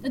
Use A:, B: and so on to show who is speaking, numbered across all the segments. A: The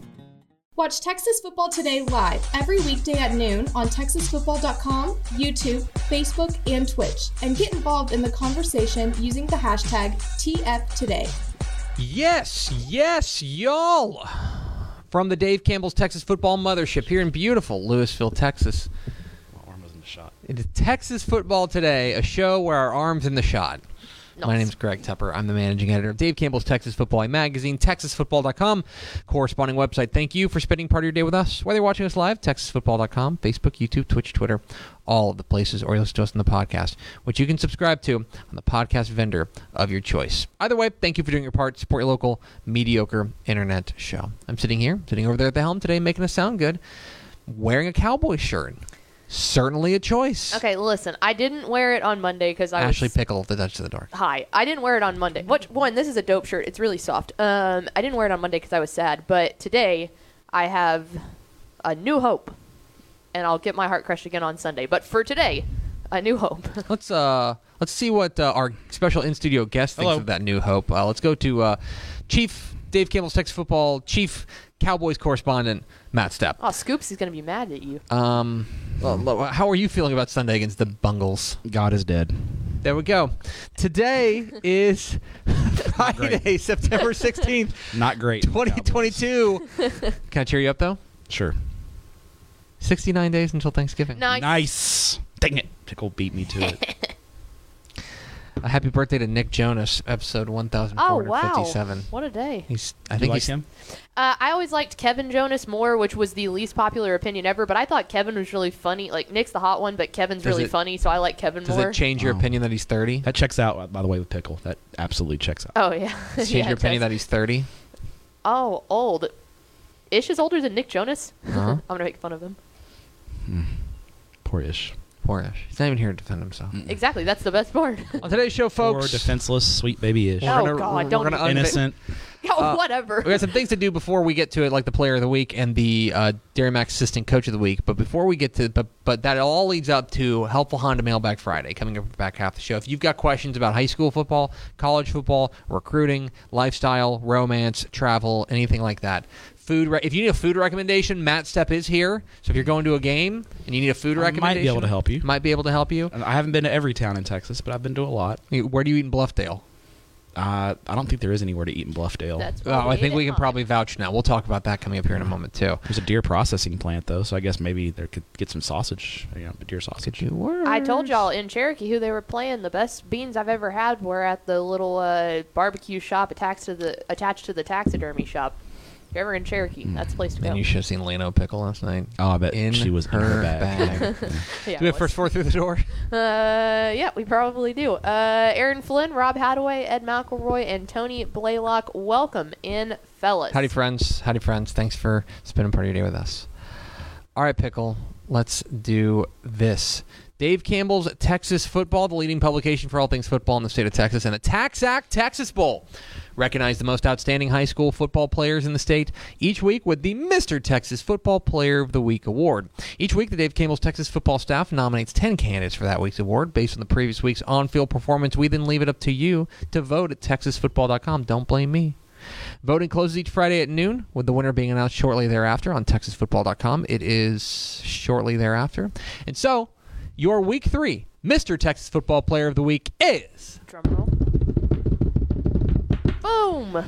B: Watch Texas Football Today live every weekday at noon on TexasFootball.com, YouTube, Facebook, and Twitch, and get involved in the conversation using the hashtag TFToday.
C: Yes, yes, y'all. From the Dave Campbell's Texas Football Mothership here in beautiful Louisville, Texas.
D: My arm wasn't a shot.
C: It is Texas Football Today, a show where our arm's in the shot. My name's Greg Tupper. I'm the managing editor of Dave Campbell's Texas Football Magazine, TexasFootball.com, corresponding website. Thank you for spending part of your day with us. Whether you're watching us live, TexasFootball.com, Facebook, YouTube, Twitch, Twitter, all of the places, or you listen to us on the podcast, which you can subscribe to on the podcast vendor of your choice. Either way, thank you for doing your part. Support your local mediocre internet show. I'm sitting here, sitting over there at the helm today, making us sound good, wearing a cowboy shirt. Certainly a choice.
E: Okay, listen. I didn't wear it on Monday because I
C: Ashley
E: was
C: Pickle, The Dutch of the Dark.
E: high. I didn't wear it on Monday. Which one? This is a dope shirt. It's really soft. Um, I didn't wear it on Monday because I was sad, but today I have a new hope, and I'll get my heart crushed again on Sunday. But for today, a new hope.
C: Let's uh let's see what uh, our special in studio guest thinks
D: Hello.
C: of that new hope. Uh, let's go to uh, Chief Dave Campbell's Texas Football Chief Cowboys correspondent Matt Stepp.
E: oh, Scoops is gonna be mad at you.
C: Um, Uh, well, lo- how are you feeling about Sunday against the Bungles?
D: God is dead.
C: There we go. Today is Friday, September sixteenth,
D: Not great.
C: twenty twenty-two. Can I cheer you up though?
D: Sure.
C: Sixty-nine days until Thanksgiving.
E: Nice.
D: Nice. Dang it. Pickle beat me to it.
C: A happy birthday to Nick Jonas, episode one thousand
E: Oh
C: four hundred
E: wow.
C: fifty-seven.
E: What a day.
C: He's. I
D: I
C: think
D: think you like
C: he's
D: him?
E: Uh, I always liked Kevin Jonas more, which was the least popular opinion ever. But I thought Kevin was really funny. Like Nick's the hot one, but Kevin's
C: Does
E: really
C: it-
E: funny, so I like Kevin
C: Does
E: more.
C: it change your
D: Wow.
C: opinion that he's 30?
D: That checks out, by the way, with Pickle. That absolutely checks out.
E: Oh yeah.
C: Does it change
E: Yeah,
C: your
E: it
C: opinion
E: does.
C: that he's 30?
E: Oh, old. Ish is older than Nick Jonas.
C: Huh?
E: I'm gonna make fun of him.
D: Poor Ish.
C: Poor Ash. He's not even here to defend himself.
E: Exactly. That's the best part.
C: On today's show,
D: Mm. Poor
C: folks,
D: defenseless, sweet baby Ish.
E: Oh, God, don't
C: gonna
E: even-
C: unvi-
D: Innocent.
E: Yeah,
C: Uh,
E: whatever.
C: we got some things to do before we get to it, like the player of the week and the uh, Dairy Max assistant coach of the week. But before we get to, but but that all leads up to helpful Honda Mailbag Friday coming up back half the show. If you've got questions about high school football, college football, recruiting, lifestyle, romance, travel, anything like that. Food. Re- if you need a food recommendation, Matt Step is here. So if you're going to a game and you need a food
D: I might be
C: recommendation,
D: able to help you.
C: Might be able to help you.
D: I haven't been to every town in Texas, but I've been to a lot.
C: Where do you eat in Bluffdale?
D: Uh, I don't think there is anywhere to eat in Bluffdale.
E: That's
C: Oh, I
E: what
C: think we
E: need
C: can
E: to
C: probably vouch now. We'll talk about that coming up here in a moment too.
D: There's a deer processing plant, though, so I guess maybe there could get some sausage. You know, deer sausage.
E: find. I told y'all in Cherokee who they were playing. The best beans I've ever had were at the little uh, barbecue shop attached to the attached to the taxidermy shop. If you're ever in Cherokee, that's the place to go.
C: Man, Hmm. you should have seen Leno Pickle last night.
D: Oh, I bet
C: In
D: she was in
C: her
D: her bag.
C: bag.
E: Yeah,
C: Do we have
E: it
C: first
E: was.
C: four through the door?
E: Uh, yeah, we probably do. Uh, Aaron Flynn, Rob Hadaway, Ed McElroy, and Tony Blaylock. Welcome in, fellas.
C: Howdy, friends. Howdy, friends. Thanks for spending part of your day with us. All right, Pickle. Let's do this. Dave Campbell's Texas Football, the leading publication for all things football in the state of Texas, and the Tax Act Texas Bowl recognize the most outstanding high school football players in the state each week with the Mr. Texas Football Player of the Week award. Each week, the Dave Campbell's Texas football staff nominates 10 candidates for that week's award based on the previous week's on-field performance. We then leave it up to you to vote at texasfootball.com. Don't blame me. Voting closes each Friday at noon, with the winner being announced shortly thereafter on TexasFootball.com. It is shortly thereafter. And so, your week three, Mr. Texas Football Player of the Week is
E: Drum roll. Boom.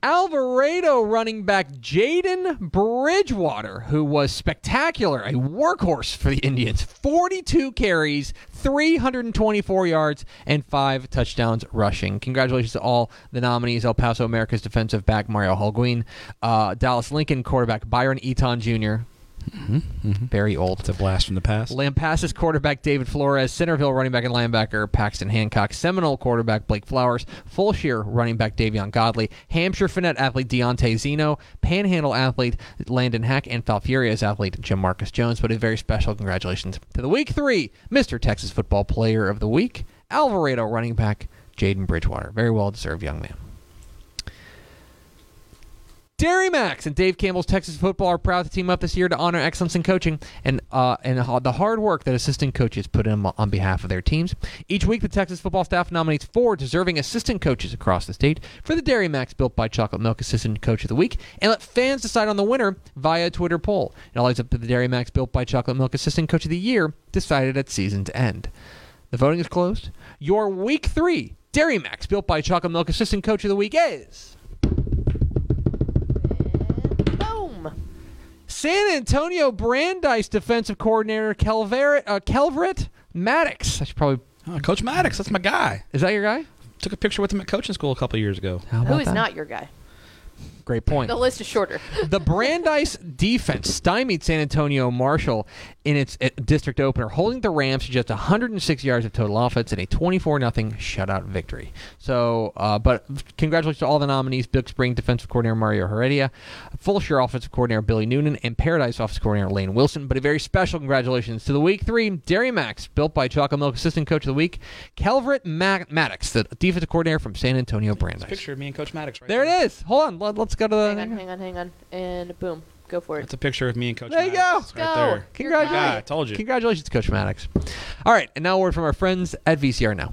C: Alvarado running back Jaden Bridgewater, who was spectacular, a workhorse for the Indians. 42 carries, 324 yards, and five touchdowns rushing. Congratulations to all the nominees El Paso America's defensive back Mario Holguin, uh, Dallas Lincoln quarterback Byron Eaton junior Very old.
D: It's a blast from the past.
C: Lampasas quarterback David Flores, Centerville running back and linebacker Paxton Hancock, Seminole quarterback Blake Flowers, Fulshear running back Davion Godley, Hampshire Finette athlete Deontay Zeno, Panhandle athlete Landon Hack, and Falfurias athlete Jim Marcus Jones. But a very special congratulations to the Week Three Mr. Texas Football Player of the Week, Alvarado running back Jaden Bridgewater. Very well deserved, young man. Dairy Max and Dave Campbell's Texas Football are proud to team up this year to honor excellence in coaching and uh, and ho- the hard work that assistant coaches put in on behalf of their teams. Each week, the Texas football staff nominates four deserving assistant coaches across the state for the Dairy Max Built by Chocolate Milk Assistant Coach of the Week, and let fans decide on the winner via a Twitter poll. It all leads up to the Dairy Max Built by Chocolate Milk Assistant Coach of the Year decided at season's end. The voting is closed. Your Week Three Dairy Max Built by Chocolate Milk Assistant Coach of the Week is.
E: Boom.
C: San Antonio Brandeis defensive coordinator Calvert, uh, Calvert Maddox. I should probably.
D: Oh, Coach Maddox, that's my guy.
C: Is that your guy?
D: Took a picture with him at coaching school a couple of years ago.
C: How
E: Who
C: about
E: is
C: that?
E: not your guy?
C: Great point.
E: The list is shorter.
C: the Brandeis defense stymied San Antonio Marshall in its uh, district opener, holding the Rams to just 106 yards of total offense in a 24 0 shutout victory. So, uh, but congratulations to all the nominees: Big Spring defensive coordinator Mario Heredia, Fulshire offensive coordinator Billy Noonan, and Paradise offensive coordinator Lane Wilson. But a very special congratulations to the Week Three Dairy Max, built by Chocolate Milk assistant coach of the week, Calvert Ma- Maddox, the defensive coordinator from San Antonio Brandeis.
D: Picture of me and Coach Maddox right
C: There it is. Hold on. Let- Let's go to the.
E: hang on, hang on, hang on. And boom. Go for it.
D: That's a picture of me and Coach
C: There you
D: Maddox.
E: go. Go.
D: Right there.
C: Congratulations.
D: God, I told you.
C: Congratulations, Coach Maddox. All right, and now a word from our friends at VCR Now.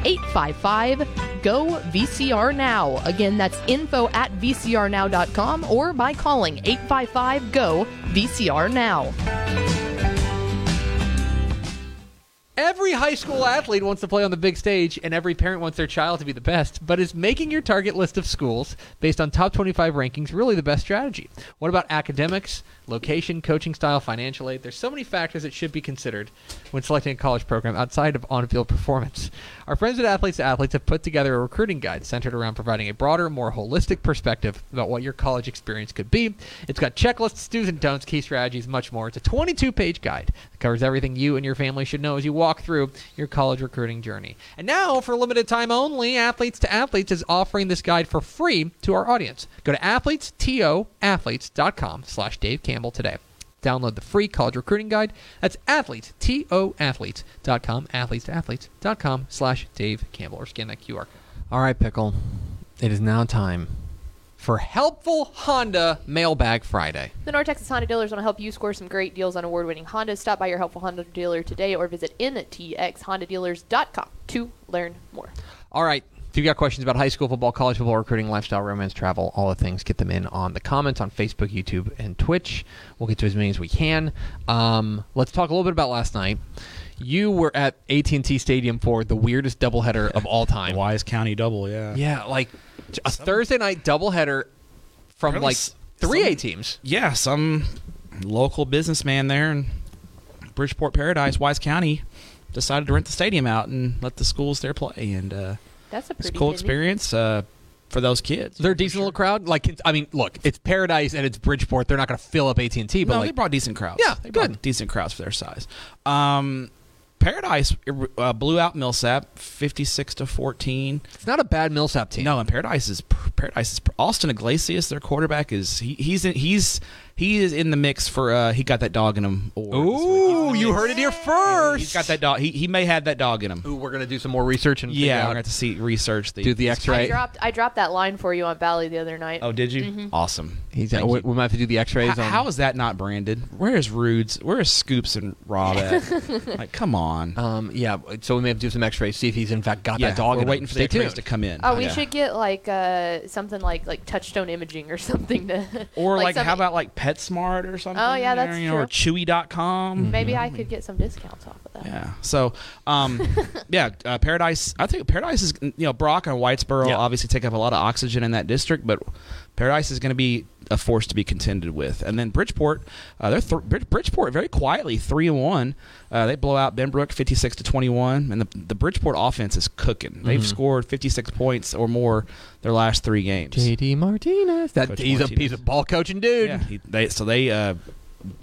F: 855 GO VCR Now. Again, that's info at vcrnow.com or by calling 855 GO VCR Now.
C: Every high school athlete wants to play on the big stage, and every parent wants their child to be the best. But is making your target list of schools based on top 25 rankings really the best strategy? What about academics, location, coaching style, financial aid? There's so many factors that should be considered when selecting a college program outside of on field performance. Our friends at Athletes to Athletes have put together a recruiting guide centered around providing a broader, more holistic perspective about what your college experience could be. It's got checklists, do's and don'ts, key strategies, much more. It's a 22 page guide that covers everything you and your family should know as you walk through your college recruiting journey. And now, for a limited time only, Athletes to Athletes is offering this guide for free to our audience. Go to athletestoathletes.com slash Dave Campbell today. Download the free college recruiting guide. That's athletes, T-O-athletes.com, athletestoathletes.com slash Dave Campbell, or scan that QR. All right, Pickle. It is now time for Helpful Honda Mailbag Friday.
E: The North Texas Honda dealers want to help you score some great deals on award-winning Hondas. Stop by your helpful Honda dealer today or visit ntxhondadealers.com to learn more.
C: All right. If you've got questions about high school football, college football, recruiting, lifestyle, romance, travel, all the things, get them in on the comments on Facebook, YouTube, and Twitch. We'll get to as many as we can. Um, let's talk a little bit about last night. You were at AT&T Stadium for the weirdest doubleheader of all time.
D: Wise County double, yeah.
C: Yeah, like a Thursday night doubleheader from
D: Really
C: like
D: s-
C: three A
D: some-
C: teams.
D: Yeah, some local businessman there in Bridgeport Paradise, Wise County, decided to rent the stadium out and let the schools there play. And uh,
E: That's a
D: It's
E: pretty
D: a cool
E: good meet.
D: experience uh, for those kids.
C: They're a decent little crowd. Like it's- I mean, look, it's Paradise and it's Bridgeport. They're not going to fill up AT and T, but
D: no, they
C: like
D: brought decent crowds.
C: Yeah,
D: they brought
C: good.
D: decent crowds for their size. Um, Paradise uh, blew out Millsap fifty six to fourteen.
C: it's not a bad Millsap team.
D: No, and Paradise is Paradise is Austin Iglesias, their quarterback is he, he's in, he's he is in the mix for uh he got that dog in him. award this week. He's in
C: Ooh,
D: the
C: you
D: mix.
C: heard it here first.
D: He's got that dog. He, he may have that dog in him.
C: Ooh, we're going to do some more research and
D: Yeah,
C: figure
D: we're
C: out-
D: gonna have to see research the
C: do the
E: I
C: X-ray.
E: dropped I dropped that line for you on Bally the other night.
D: Oh, did you?
E: Mm-hmm.
D: Awesome.
C: He's
D: Thank
C: we,
D: you.
C: we might have to do the X-rays
D: H-
C: on.
D: how is that not branded? Where is Rudes? Where is Scoops and Rob at? like, come on.
C: um, yeah, so we may have to do some X-rays, see if he's in fact got
D: yeah,
C: that dog.
D: We're
C: in
D: waiting
C: him.
D: for
C: Stay
D: the X-rays
C: tuned.
D: to come in.
E: Oh, we
D: Yeah.
E: should get like uh, something like like touchstone imaging or something to.
D: Or like,
E: some-
D: how about like PetSmart or something?
E: Oh, yeah,
D: or,
E: that's
D: you know, Or
C: Mm-hmm.
D: Chewy.com.
E: Maybe I could get some discounts off of that.
D: Mm-hmm. Yeah. So, um, yeah, uh, Paradise. I think Paradise is you know Brock and Whitesboro
C: Yeah.
D: obviously take up a lot of oxygen in that district, but Paradise is going to be a force to be contended with. And then Bridgeport, uh, they're th- Brid- Bridgeport very quietly three and one. Uh, they blow out Benbrook fifty six to twenty one, and the the Bridgeport offense is cooking. They've scored fifty six points or more their last three games.
C: JD Martinez. That
D: Coach
C: he's a
D: Martinez.
C: he's a ball coaching dude.
D: Yeah, he, they, so they, uh,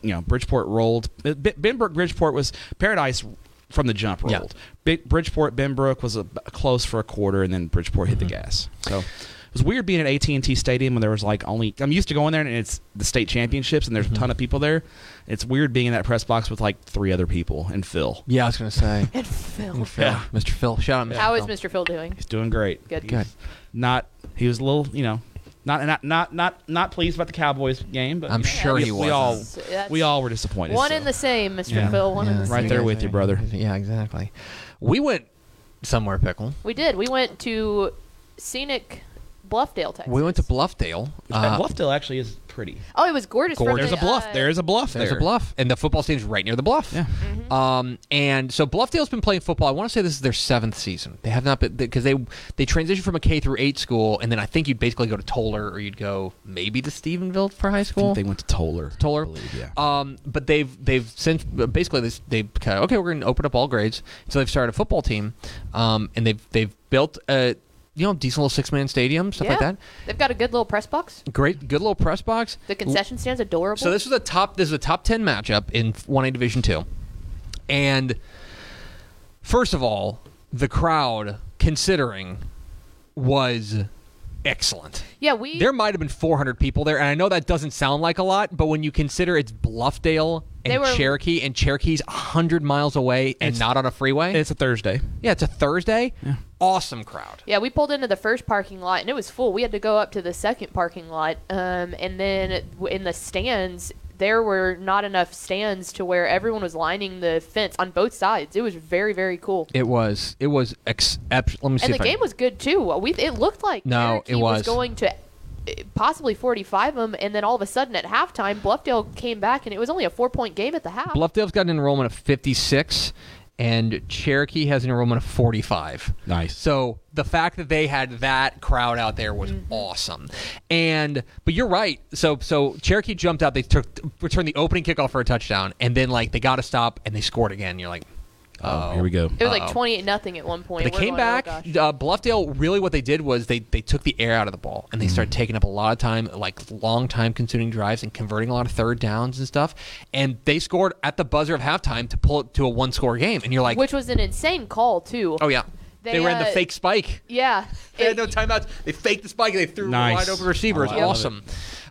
D: you know, Bridgeport rolled. B- B- Benbrook Bridgeport was Paradise from the jump
C: Yeah.
D: rolled. Big Bridgeport Benbrook was a, a close for a quarter, and then Bridgeport hit the
C: Mm-hmm.
D: gas. So. It was weird being at AT and T Stadium when there was like only. I'm used to going there and it's the state championships and there's
C: Mm-hmm.
D: a ton of people there. It's weird being in that press box with like three other people and Phil.
C: Yeah, I was going to say.
E: And Phil,
C: Phil,
D: Yeah.
C: Mr. Phil, shout out. Mr.
E: how is
C: Phil.
E: Mr. Phil doing?
D: He's doing great.
E: Good.
D: He's Not. He was a little. You know. Not not not not not pleased about the Cowboys game, but
C: I'm
D: you know,
C: sure
D: we,
C: he
D: We all
E: So that's
D: we all were disappointed.
E: one
D: so.
E: and the same, Mr.
D: Yeah.
E: Phil. One and the
C: Yeah,
E: same.
D: Right there with you, brother.
C: Yeah, exactly. We went somewhere, pickle.
E: We did. We went to scenic Bluffdale, Texas.
C: We went to Bluffdale.
D: That
C: Uh,
D: bluff Bluffdale actually is pretty.
E: Oh, it was gorgeous. uh,
C: Gorgeous.
D: There's a bluff. there is a bluff.
C: There's
D: there.
C: a bluff, and the football stadium's right near the bluff.
D: Yeah.
E: Mm-hmm.
C: Um, and so Bluffdale's been playing football. I want to say this is their seventh season. They have not been because they they transitioned from a K through eight school, and then I think you'd basically go to Toller or you'd go maybe to Stephenville for high
D: I
C: school.
D: think they went to Toller.
C: Toller.
D: I believe, yeah.
C: Um, but they've they've since basically they they kind of, okay we're going to open up all grades, so they've started a football team, um, and they've they've built a you know decent little six man stadium stuff like that.
E: They've got a good little press box.
C: Great, good little press box.
E: The concession stand's adorable.
C: So this was a top. This is a top ten matchup in one A Division two, and first of all, the crowd considering was excellent.
E: yeah, we
C: There might have been 400 people there, and I know that doesn't sound like a lot, but when you consider it's Bluffdale
E: They
C: and
E: were-
C: Cherokee, and Cherokee's 100 miles away and
D: It's-
C: not on Uh, a freeway.
D: It's a Thursday.
C: yeah, it's a Thursday. Awesome crowd.
E: Yeah, we pulled into the first parking lot and it was full. We had to go up to the second parking lot, um, and then w- in the stands, there were not enough stands to where everyone was lining the fence on both sides. It was very, very cool.
C: It was. It was. Ex- ep- let me see.
E: and
C: if
E: the
C: I-
E: game was good too. We it looked like
C: No,
E: Cherokee
C: it was.
E: going to eh, possibly 45 them, and then all of a sudden at halftime, Bluffdale came back and it was only a four point game at the half.
C: Bluffdale's got an enrollment of 56, and Cherokee has an enrollment of 45.
D: Nice.
C: So the fact that they had that crowd out there was awesome. And but you're right. So so Cherokee jumped out. They took returned the opening kickoff for a touchdown, and then like they got a stop and they scored again. You're like.
D: Oh, here we go.
E: it was like 28 nothing at one point.
C: They
E: We're
C: came
E: going, oh,
C: back.
E: gosh.
C: uh, Bluffdale really what they did was they they took the air out of the ball
E: Mm.
C: and they started taking up a lot of time, like long time consuming drives and converting a lot of third downs and stuff. And they scored at the buzzer of halftime to pull it to a one score game. And you're like,
E: which was an insane call too.
C: oh yeah, they,
E: They,
C: ran the
E: uh,
C: fake spike.
E: Yeah.
C: They had
E: It-
C: no timeouts. They faked the spike. and They threw
D: Nice.
C: wide open receiver. It's
D: I love
C: awesome.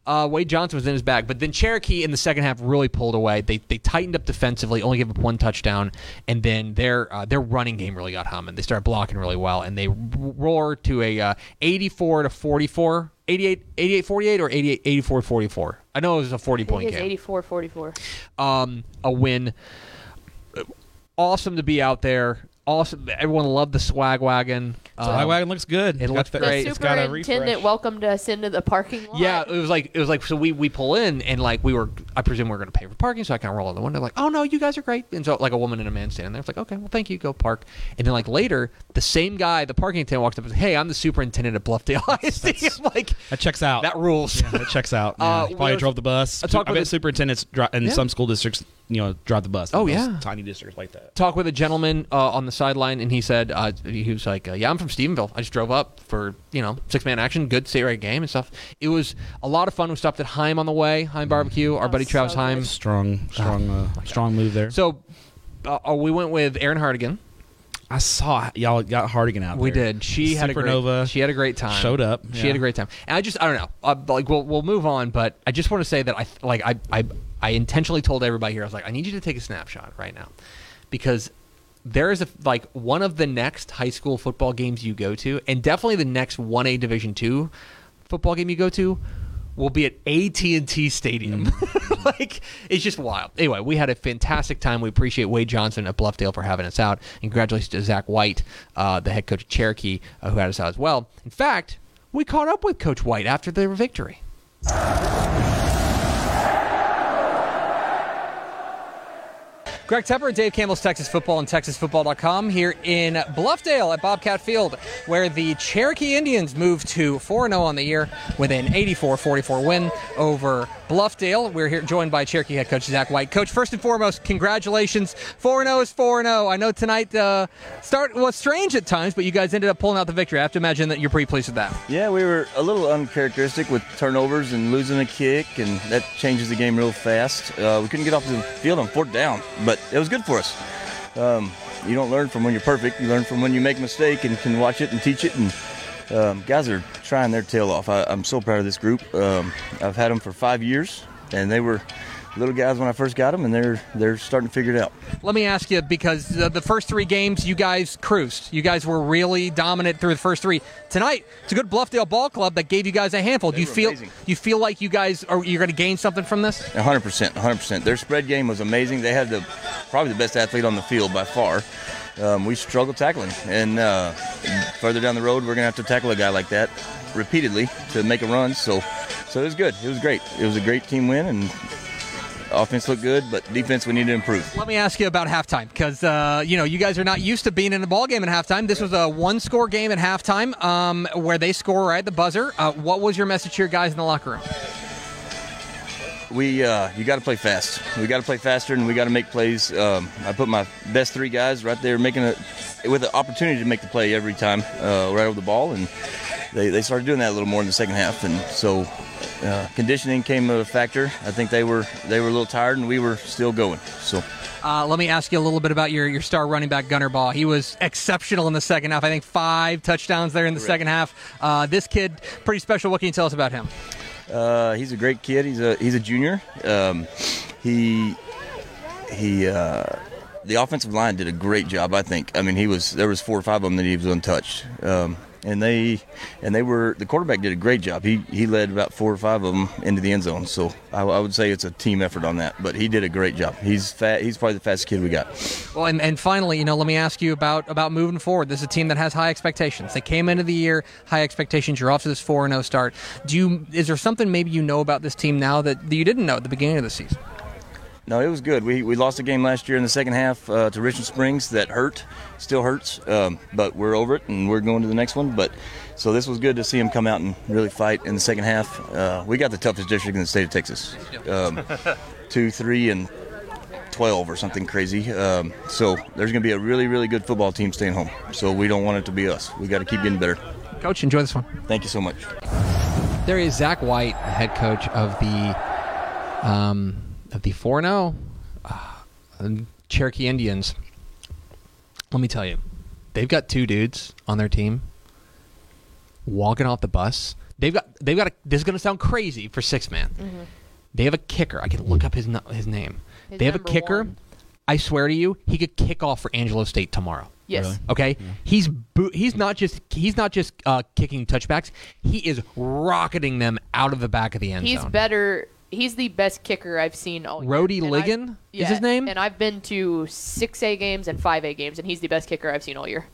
C: Uh, Wade Johnson was in his bag, but then Cherokee in the second half really pulled away. They they tightened up defensively, only gave up one touchdown, and then their uh, their running game really got humming. They started blocking really well, and they r- roar to a uh, 84 to 44, 88, 88 48 or 88 84 44. I know it was a 40
E: I think
C: point
E: it's
C: game
E: 84 44.
C: um, a win. Awesome to be out there. Awesome. Everyone loved the swag wagon.
D: My
C: Um,
D: wagon Uh, looks good.
C: it
D: Got
C: looked
D: the-
C: great.
E: The
D: It's got a refresh.
E: superintendent welcomed us into the parking lot.
C: yeah, it was like it was like so we we pull in and like we were I presume we're going to pay for parking, so I kind of roll out the window, like, oh no, you guys are great. And so, like, a woman and a man standing there, it's like, okay, well, thank you, go park. And then, like, later, the same guy, the parking attendant, walks up and says, hey, I'm the superintendent at Bluffdale ISD. I'm like,
D: That checks out.
C: that rules.
D: Yeah, that checks out.
C: Uh,
D: Yeah. Probably
C: we-
D: drove the bus.
C: I talked
D: I
C: with
D: bet
C: the-
D: superintendents dri- in
C: Yeah.
D: some school districts, you know, drive the bus.
C: Oh,
D: Those
C: yeah.
D: tiny districts like that.
C: Talk with a gentleman uh, on the sideline, and he said uh, he was like, uh, "Yeah, I'm from Stephenville. I just drove up for you know six man action, good state rate game and stuff. It was a lot of fun. We stopped at Heim on the way, Heim Barbecue. Our buddy
E: so
C: Travis Heim. Ah.
D: Strong, strong, uh, strong move there.
C: Oh So uh, uh, we went with Erin Hardigan.
D: I saw y'all got Hardigan out.
C: We
D: there.
C: did. She had a great,
D: Supernova.
C: she had a great time.
D: showed up.
C: She
D: Yeah.
C: had a great time. And I just I don't know. Uh, like we'll we'll move on, but I just want to say that I th- like I I I intentionally told everybody here I was like I need you to take a snapshot right now because there is a like one of the next high school football games you go to and definitely the next 1A Division 2 football game you go to will be at AT&T Stadium. like it's just wild. Anyway, we had a fantastic time. We appreciate Wade Johnson at Bluffdale for having us out. And congratulations to Zach White, uh, the head coach of Cherokee, uh, who had us out as well. In fact, we caught up with Coach White after their victory. Greg Tepper, Dave Campbell's Texas Football and TexasFootball.com here in Bluffdale at Bobcat Field, where the Cherokee Indians moved to 4 0 on the year with an 84 44 win over Bluffdale. We're here joined by Cherokee head coach Zach White. Coach, first and foremost, congratulations. 4 0 is 4 0. I know tonight uh, start was strange at times, but you guys ended up pulling out the victory. I have to imagine that you're pretty pleased with that.
G: Yeah, we were a little uncharacteristic with turnovers and losing a kick, and that changes the game real fast. Uh, we couldn't get off the field on fourth down, but it was good for us. Um, you don't learn from when you're perfect; you learn from when you make a mistake and can watch it and teach it. And um, guys are trying their tail off. I, I'm so proud of this group. Um, I've had them for five years, and they were little guys when I first got them, and they're they're starting to figure it out.
C: Let me ask you because the, the first three games you guys cruised. You guys were really dominant through the first three. Tonight, it's a good Bluffdale ball club that gave you guys a handful. do
G: They
C: you
G: were
C: feel
G: amazing.
C: you feel like you guys are you're going to gain something from this?
G: 100%, 100%. Their spread game was amazing. They had the probably the best athlete on the field by far. Um, we struggled tackling, and uh, further down the road, we're gonna have to tackle a guy like that repeatedly to make a run. So, so it was good. It was great. It was a great team win, and offense looked good, but defense we need to improve.
C: Let me ask you about halftime because uh, you know you guys are not used to being in a ball game at halftime. This was a one-score game at halftime um, where they score right at the buzzer. Uh, what was your message to your guys in the locker room?
G: we uh, you got to play fast. We got to play faster, and we got to make plays. Um, I put my best three guys right there, making a with an opportunity to make the play every time, uh, right over the ball, and they, they started doing that a little more in the second half, and so uh, conditioning came a factor. I think they were they were a little tired, and we were still going. So.
C: Uh, let me ask you a little bit about your, your star running back Gunner Ball. He was exceptional in the second half. I think five touchdowns there in the second half. Uh, this kid, pretty special. What can you tell us about him?
G: Uh, he's a great kid. He's a he's a junior. Um, he he uh, the offensive line did a great job. I think. I mean, he was there was four or five of them that he was untouched. Um, and they and they were the quarterback did a great job. He he led about four or five of them into the end zone. So I, I would say it's a team effort on that. But he did a great job. He's fat. He's probably the fastest kid we got.
C: Well, and, and finally, you know, let me ask you about about moving forward. This is a team that has high expectations. They came into the year high expectations. You're off to this four and zero start. Do you is there something maybe you know about this team now that you didn't know at the beginning of the season?
G: No, it was good. We, we lost a game last year in the second half uh, to Richmond Springs that hurt, still hurts, um, but we're over it and we're going to the next one. But so this was good to see them come out and really fight in the second half. Uh, we got the toughest district in the state of Texas, um, two, three, and twelve or something crazy. Um, so there's going to be a really really good football team staying home. So we don't want it to be us. We got to keep getting better.
C: Coach, enjoy this one.
G: Thank you so much.
C: There is Zach White, head coach of the um, of the four zero Cherokee Indians. Let me tell you, they've got two dudes on their team walking off the bus. They've got they've got a, this is going to sound crazy for six man. They have a kicker. I can look up his nu- his name.
E: Mm-hmm. His
C: they have a
E: number
C: kicker.
E: one.
C: I swear to you, he could kick off for Angelo State tomorrow.
E: Yes.
D: Really?
C: Okay, he's bo- he's not just he's not just uh, kicking touchbacks. He is rocketing them out of the back of the end
E: He's
C: zone.
E: better. He's the best kicker I've seen all year.
C: Rhodey
E: And I-
C: Ligon is
E: yeah,
C: his name?
E: And I've been to 6A games and 5A games, and he's the best kicker I've seen all year.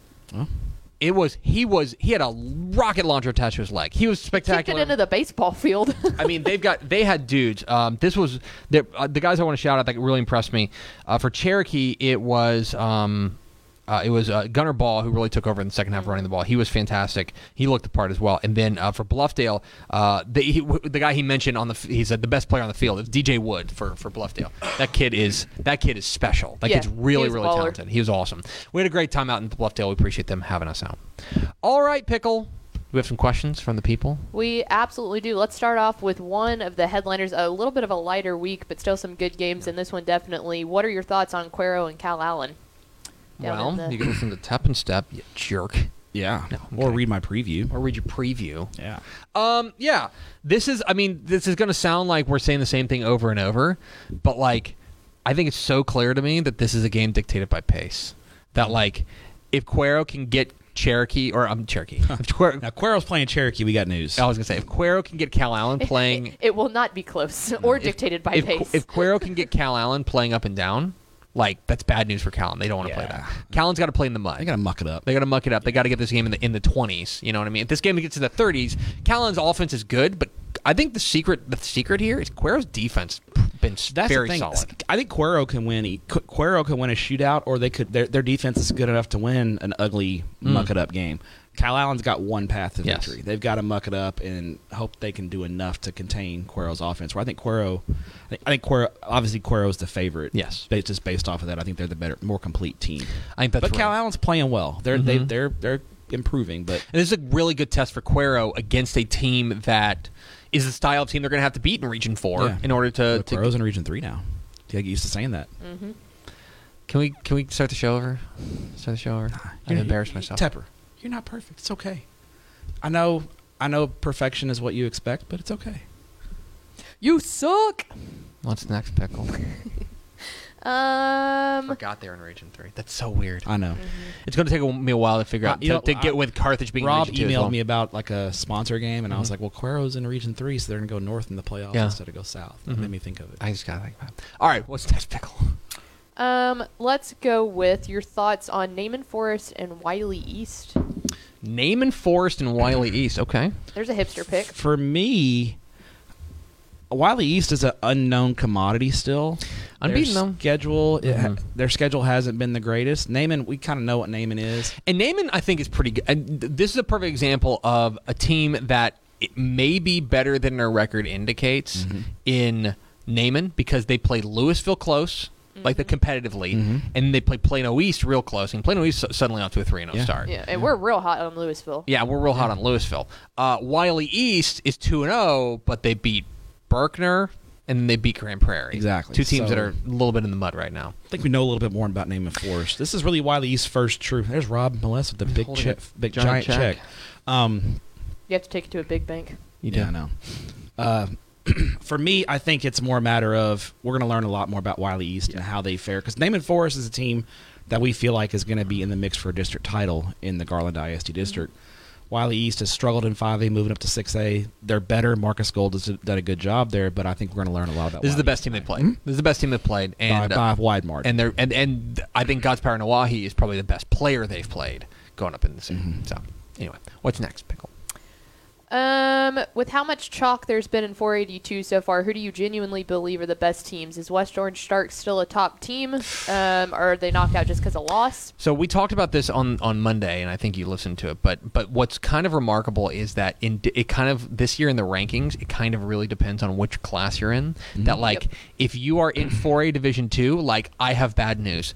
C: It was he was he had a rocket launcher attached to his leg. He was
E: Kicked it
C: spectacular.
E: into the baseball field.
C: I mean, they've got they had dudes. Um, this was the, uh, the guys I want to shout out that really impressed me. Uh, for Cherokee, it was um, uh, it was uh, Gunner Ball who really took over in the second half running the ball. He was fantastic. He looked the part as well. And then uh, for Bluffdale, uh, the he, w- the guy he mentioned on the f- he said the best player on the field is DJ Wood for for Bluffdale. That kid is that kid is special. That
E: Yeah,
C: kid's really
E: he was a
C: really
E: baller.
C: talented. He was awesome. We had a great time out in Bluffdale. We appreciate them having us out. All right, pickle. We have some questions from the people.
E: We absolutely do. Let's start off with one of the headliners. A little bit of a lighter week, but still some good games, and this one definitely. What are your thoughts on Cuero and Cal Allen? Down
C: Well,
E: in the-
C: you can listen to Tep and Step, you jerk,
D: Yeah.
C: No,
D: Or
C: Oh, okay.
D: read my preview.
C: or read your preview.
D: Yeah.
C: Um, yeah, this is. I mean, this is going to sound like we're saying the same thing over and over, but like, I think it's so clear to me that this is a game dictated by pace. That like, if Cuero can get Cherokee or I'm Cherokee, if Cuero,
D: Now Quero's playing Cherokee. We got news.
C: I was going to say if Cuero can get Cal Allen playing
E: It, it will not be close or dictated by
C: if,
E: pace.
C: If Cuero can get Cal Allen playing up and down, like that's bad news for Callan. They don't want to play that. Callan's got to play in the mud.
D: They gotta muck it up.
C: They got to muck it up. They got to get this game in the in the twenties. You know what I mean? If this game gets to the thirties, Callan's offense is good, but I think the secret the secret here is Cuero's defense has been s-
D: That's
C: very
D: the thing.
C: solid.
D: I think Cuero can win. e- Cu- Cuero can win a shootout, or they could. Their, their defense is good enough to win an ugly muck it up game. Kyle Allen's got one path to
C: Mm. Yes.
D: victory. They've got to muck it up and hope they can do enough to contain Cuero's offense. Where I think Cuero, I think, I think Cuero, obviously Cuero's the favorite.
C: Yes.
D: ba- just based off of that, I think they're the better, more complete team.
C: I think that's
D: but Kyle
C: right. Mm-hmm.
D: Allen's playing well. They're they, they're they're improving, but
C: And this is a really good test for Cuero against a team that is the style of team they're going to have to beat in Region Four
D: Yeah.
C: in order to.
D: but
C: Uh, to
D: Cuero's in Region Three now. You get used to saying that.
C: can we can we start the show over? Start the show over. I
D: You're-
C: embarrassed
D: you-
C: myself.
D: Tepper, you're not perfect. It's okay. I know. I know perfection is what you expect, but it's okay.
E: you suck.
C: What's the next pickle?
E: Um,
C: Forgot they're in Region Three. That's so weird.
D: I know.
C: It's going to take a- me a while to figure
D: Uh,
C: out
D: you
C: to,
D: know,
C: to get
D: I-
C: with Carthage being in
D: Rob
C: Region Two as
D: emailed
C: well.
D: me about like a sponsor game, and I was like, "Well, Cuero's in Region Three, so they're gonna go north in the playoffs
C: Yeah.
D: instead of go south." That made me think of it.
C: I just got to think about. It. All right, what's the next pickle?
E: um, let's go with your thoughts on Naaman Forest and Wiley East.
C: Naaman Forest and Wiley East. Okay.
E: There's a hipster pick.
D: For me, Wiley East is an unknown commodity still.
C: Unbeaten,
D: their
C: though.
D: schedule. it ha-
C: Mhm.
D: their schedule hasn't been the greatest. Naaman, we kind of know what Naaman is.
C: And Naaman, I think, is pretty good. And th- this is a perfect example of a team that it may be better than their record indicates
D: Mm-hmm.
C: in Naaman because they played Louisville close, like the competitively,
D: Mm-hmm.
C: and they played Plano East real close. And Plano East s- suddenly off to a 3 0
D: Yeah.
C: start.
E: Yeah, and we're real hot on Louisville.
C: Yeah, we're real hot on Louisville. Uh, Wiley East is 2 0, but they beat Berkner and then they beat Grand Prairie.
D: Exactly.
C: Two teams
D: So-
C: that are a little bit in the mud right now.
D: I think we know a little bit more about Naaman Forest. This is really Wiley East's first true. There's Rob Melissa with the big
C: Holding
D: check,
C: a
D: big
C: giant
D: giant,
C: check.
D: check. Um,
E: You have to take it to a big bank.
C: You
D: yeah, I know. Uh, for me, I think it's more a matter of we're going to learn a lot more about Wiley East and how they fare because Naaman Forest is a team that we feel like is going to be in the mix for a district title in the Garland
C: Mm-hmm.
D: ISD district. Wiley East has struggled in 5A, moving up to 6A. They're better. Marcus Gold has done a good job there, but I think we're going to learn a lot about
C: This is the
D: Wiley
C: best
D: East
C: team they
D: tonight.
C: played. This is the best team they played,
D: by,
C: and
D: by
C: uh,
D: a wide margin.
C: and they're and and I think God's Power Nawahi is probably the best player they've played going up in the season. So anyway, what's next, pickle?
E: Um, with how much chalk there's been in 482 so far, who do you genuinely believe are the best teams? Is West Orange Stark still a top team? Um, or are they knocked out just because of loss?
C: So we talked about this on, on Monday, and I think you listened to it. But but what's kind of remarkable is that in it kind of this year in the rankings, it kind of really depends on which class you're in. That like if you are in 4A Division Two, like I have bad news.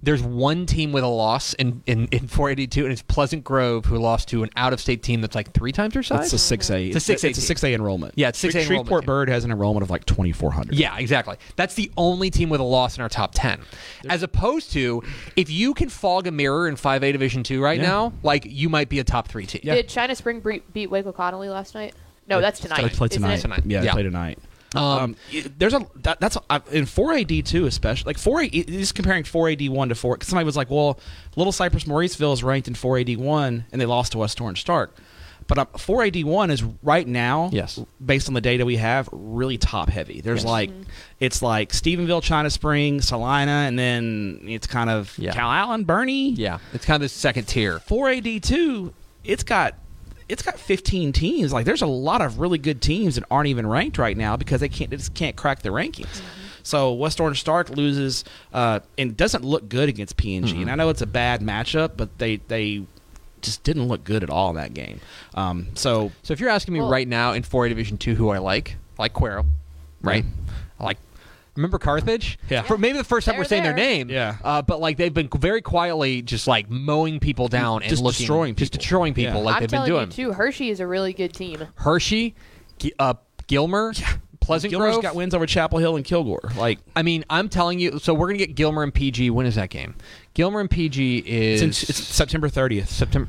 C: There's one team with a loss in, in, in 482, and it's Pleasant Grove, who lost to an out-of-state team that's like three times your size.
D: It's a six A.
C: It's a 6A
D: It's a
C: team.
D: six A enrollment.
C: Yeah, it's 6A enrollment
D: Shreveport
C: team.
D: Bird has an enrollment of like twenty four hundred.
C: Yeah, exactly. That's the only team with a loss in our top 10. As opposed to if you can fog a mirror in 5A Division 2 right
D: Yeah.
C: now, like you might be a top 3 team.
E: Did China Spring bre- beat Waco Connolly last night? No, that's tonight.
D: They play
E: isn't
D: tonight.
E: it?
C: Tonight.
D: Yeah,
C: Yeah.
D: they play tonight.
C: Um,
D: Um, it- there's a that, that's I- in 4AD two especially like 4A just comparing 4AD one to 4 cause somebody was like well Little Cypress Mauriceville is ranked in 4AD one and they lost to West Orange Stark But um, 481 is right now,
C: Yes.
D: based on the data we have, really top heavy. There's
C: Yes.
D: like,
E: Mm-hmm.
D: it's like Stephenville, China Springs, Salina, and then it's kind of
C: Yeah.
D: Cal Allen, Bernie.
C: Yeah, it's kind of the second tier.
D: 4AD2, it's got it's got 15 teams. Like there's a lot of really good teams that aren't even ranked right now because they can't they just can't crack the rankings. So West Orange Stark loses uh, and doesn't look good against PNG.
C: Mm-hmm.
D: And I know it's a bad matchup, but they they just didn't look good at all in that game. Um, so
C: So if you're asking me right now in 4A Division 2 who I like, I like Cuero, right? I like Remember Carthage?
D: Yeah.
C: For maybe the first time
E: They're
C: we're saying their
E: there.
C: name.
D: Yeah.
C: Uh, but like they've been very quietly just like mowing people down and
D: Just
C: looking
D: destroying
C: just
D: people.
C: destroying people
D: Yeah.
C: like
E: I'm
C: they've been
E: telling
C: doing.
E: you too. Hershey is a really good team.
C: Hershey, G- uh, Gilmer, Pleasant
D: Gilmer's
C: Grove.
D: got wins over Chapel Hill and Kilgore. Like
C: I mean, I'm telling you. So we're gonna get Gilmer and PG. When is that game? Gilmer and PG is
D: since it's September 30th.
C: September.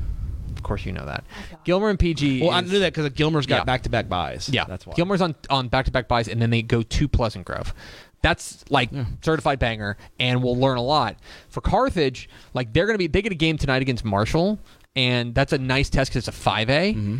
C: Of course, you know that.
E: Oh
C: Gilmer and PG.
D: Well, I
C: is-
D: knew that because Gilmer's
C: Yeah.
D: got back to back buys.
C: Yeah,
D: that's why.
C: Gilmer's on on back to back buys, and then they go to Pleasant Grove. That's like certified banger, and we'll learn a lot for Carthage. Like they're gonna be they get a game tonight against Marshall, and that's a nice test because it's a five A.
D: Mm-hmm.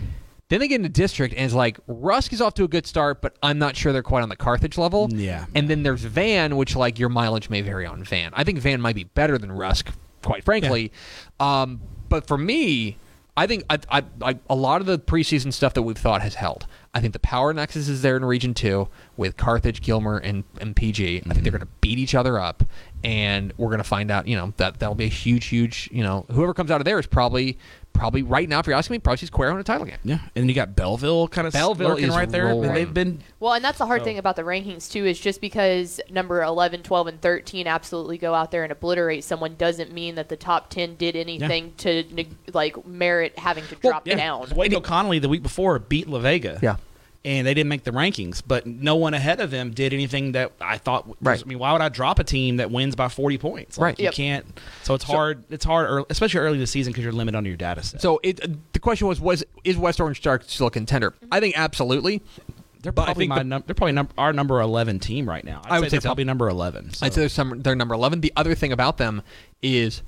C: Then they get into district, and it's like Rusk is off to a good start, but I'm not sure they're quite on the Carthage level.
D: Yeah.
C: and then there's Van, which like your mileage may vary on Van. I think Van might be better than Rusk, quite frankly. Um, but for me, I think I, I, I, a lot of the preseason stuff that we've thought has held. I think the power nexus is there in Region Two with Carthage, Gilmer, and, and PG. I think they're going to beat each other up, and we're going to find out. You know that that'll be a huge, huge. You know whoever comes out of there is probably probably right now. If you're asking me, probably sees Cuero in a title game.
D: Yeah, and then you got Belleville kind of
C: Belleville
D: lurking
C: is
D: right there. and
C: rolling.
D: They've been
E: Well, and that's the hard thing about the rankings too is just because number 11, 12 and 13 absolutely go out there and obliterate someone doesn't mean that the top 10 did anything to to neg- like merit having to drop
D: yeah.
E: down.
D: Wade O'Connelly the week before beat La Vega.
C: Yeah.
D: And they didn't make the rankings, but no one ahead of them did anything that I thought. was-
C: Right.
D: I mean, why would I drop a team that wins by forty points? Like,
C: Right.
D: You
E: Yep.
D: can't. So it's hard. It's hard, early, especially early in the season, because you're limited on your data set.
C: So it, the question was, was is West Orange Stark still a contender? I think absolutely.
D: they're
C: but I
D: probably
C: think
D: my
C: the-
D: num- they're probably num- our number eleven team right now. I'd
C: I would say
D: they're
C: so.
D: probably number eleven. So.
C: I'd say they're, some, they're number 11. The other thing about them is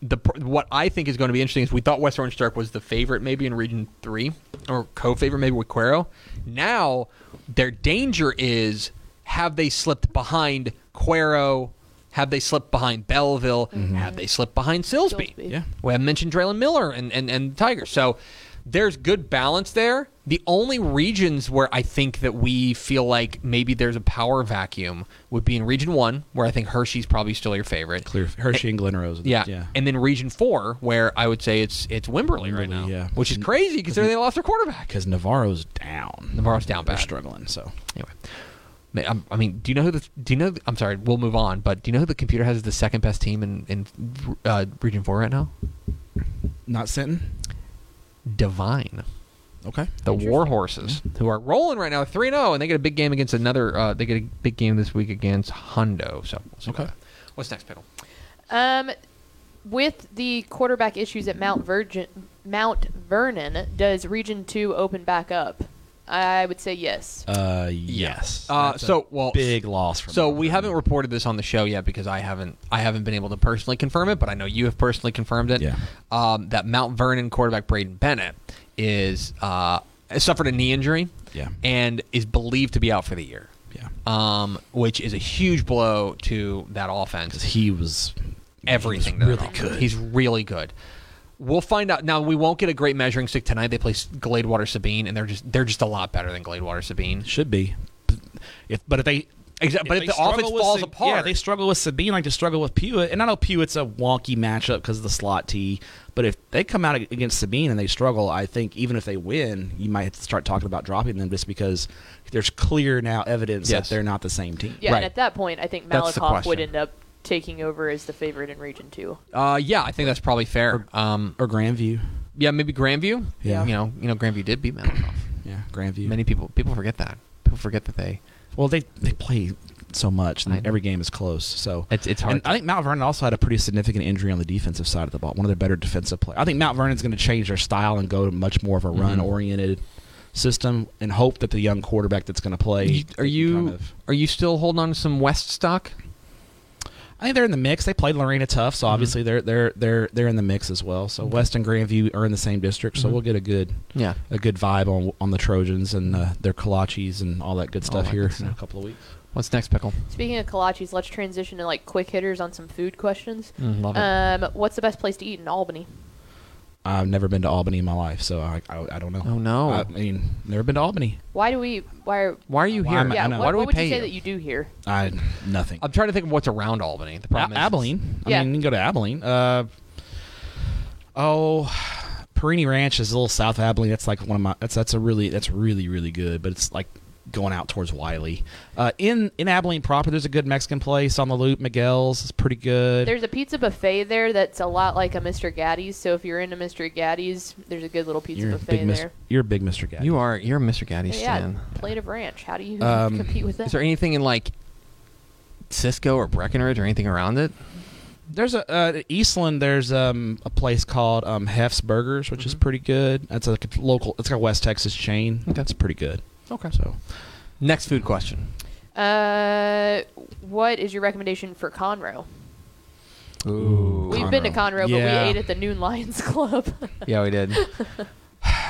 C: the pr- what I think is going to be interesting is we thought West Orange Stark was the favorite maybe in Region 3 or co-favorite maybe with Cuero. Now their danger is have they slipped behind Cuero? Have they slipped behind Belleville? Have they slipped behind Silsby?
E: Silsby.
D: Yeah.
C: We haven't mentioned Draylon Miller and, and, and Tigers. So there's good balance there. The only regions where I think that we feel like maybe there's a power vacuum would be in Region 1, where I think Hershey's probably still your favorite.
D: clear Hershey and Glen Rose.
C: Yeah.
D: yeah.
C: And then Region 4, where I would say it's it's Wimberley, right
D: Wimberley,
C: now,
D: yeah.
C: which is crazy considering they lost their quarterback.
D: Because Navarro's down.
C: Navarro's down
D: They're
C: bad.
D: struggling. So
C: Anyway. Ma- I'm- I mean, do you know who the? Do you know? I'm sorry, we'll move on. But do you know who the computer has as the second best team in in uh, Region Four right now?
D: not Sinton.
C: Divine.
D: Okay.
C: the War Horses, who are rolling right now, three zero, and they get a big game against another. Uh, they get a big game this week against Hondo. So we'll see about
D: Okay.
C: that. what's next, Pickle?
E: Um, with the quarterback issues at Mount Virgin, Mount Vernon, does Region Two open back up? I would say yes.
D: Uh, yes.
C: Uh,
D: That's a
C: so well,
D: big loss. For
C: So
D: Marvin.
C: we haven't reported this on the show yet because I haven't I haven't been able to personally confirm it, but I know you have personally confirmed it.
D: Yeah.
C: Um, that Mount Vernon quarterback Braden Bennett is uh, suffered a knee injury.
D: Yeah.
C: And is believed to be out for the year.
D: Yeah.
C: Um, which is a huge blow to that offense.
D: 'Cause he was
C: everything.
D: He was
C: that
D: really
C: they're on.
D: good.
C: He's really good. We'll find out. Now we won't get a great measuring stick tonight. They play S- Gladewater Sabine, and they're just they're just a lot better than Gladewater Sabine.
D: should be. If but if they.
C: Exa- but if
D: they
C: the
D: struggle
C: offense
D: with
C: falls
D: Sab-
C: apart-
D: yeah, they struggle with Sabine like they struggle with Pewitt, and I know Pewitt's a wonky matchup because of the slot T. But if they come out ag- against Sabine and they struggle, I think even if they win, you might have to start talking about dropping them just because there's clear now evidence
C: Yes.
D: that they're not the same team.
E: yeah,
C: right.
E: and at that point, I think
D: That's the
E: Malakoff would
D: question.
E: end up taking over as the favorite in Region Two.
C: Uh, yeah, I think that's probably fair. Um,
D: Or Grandview.
C: yeah, maybe Grandview.
D: Yeah.
C: you know, you know, Grandview did beat Malakoff.
D: Yeah, Grandview.
C: Many people people forget that. People forget that they.
D: Well, they they play so much,
C: I
D: and
C: know.
D: every game is close. So
C: It's- it's hard
D: And I think Mount Vernon also had a pretty significant injury on the defensive side of the ball. One of their better defensive players. I think Mount Vernon's going to change their style and go to much more of
C: Mm-hmm.
D: a run-oriented system, and hope that the young quarterback that's going to play.
C: Are
D: they can
C: you
D: kind of-
C: are you still holding on to some West stock?
D: I think they're in the mix. They played Lorena tough,
C: Mm-hmm.
D: so obviously they're they're they're they're in the mix as well. So West and Grandview are in the same district, so we'll get a good
C: Mm-hmm. Yeah.
D: a good vibe on on the Trojans and uh, their kolaches and all that good stuff
C: that
D: here
C: good
D: in a
C: stuff.
D: couple of weeks.
C: What's next, Pickle?
E: Speaking of kolaches, let's transition to like quick hitters on some food questions.
C: Mm, love it.
E: Um, what's the best place to eat in Albany?
D: I've never been to Albany in my life, so I I, I don't know.
C: Oh, no.
D: I mean, never been to Albany.
E: Why do we? Why? Are,
C: Why are you
D: Why
C: here?
D: am I-
E: yeah.
D: know.
E: What,
C: Why do
E: what
C: we
E: would
C: pay
E: you say
C: you?
E: that you do here?
D: I nothing.
C: I'm trying to think of what's around Albany. The problem
D: A-
C: is
D: Abilene. I
E: Yeah.
D: mean, you can go to Abilene. Uh, oh, Perini Ranch is a little south of Abilene. That's like one of my. That's that's a really that's really really good. But it's like going out towards Wiley. Uh, in in Abilene proper, there's a good Mexican place on the loop. Miguel's is pretty good.
E: There's a pizza buffet there that's a lot like a Mr. Gaddy's. So if you're into Mr. Gaddy's, there's a good little pizza
D: you're a
E: buffet
D: big
E: there.
D: mis- you're a big Mr. Gaddy.
C: You are you're a Mr. Gaddy
E: yeah,
C: Stan.
E: plate of ranch. How do you
D: Um,
E: compete with that?
C: Is there anything in like Cisco or Breckenridge or anything around it?
D: There's a uh, Eastland. There's um, a place called um, Hef's Burgers, which is pretty good. That's a local. It's got a West Texas chain. That's pretty good.
C: Okay.
D: So
C: Next food question.
E: Uh, what is your recommendation for Conroe?
C: Ooh.
E: We've been to Conroe,
D: Yeah.
E: but we ate at the Noon Lions Club.
C: Yeah, we did.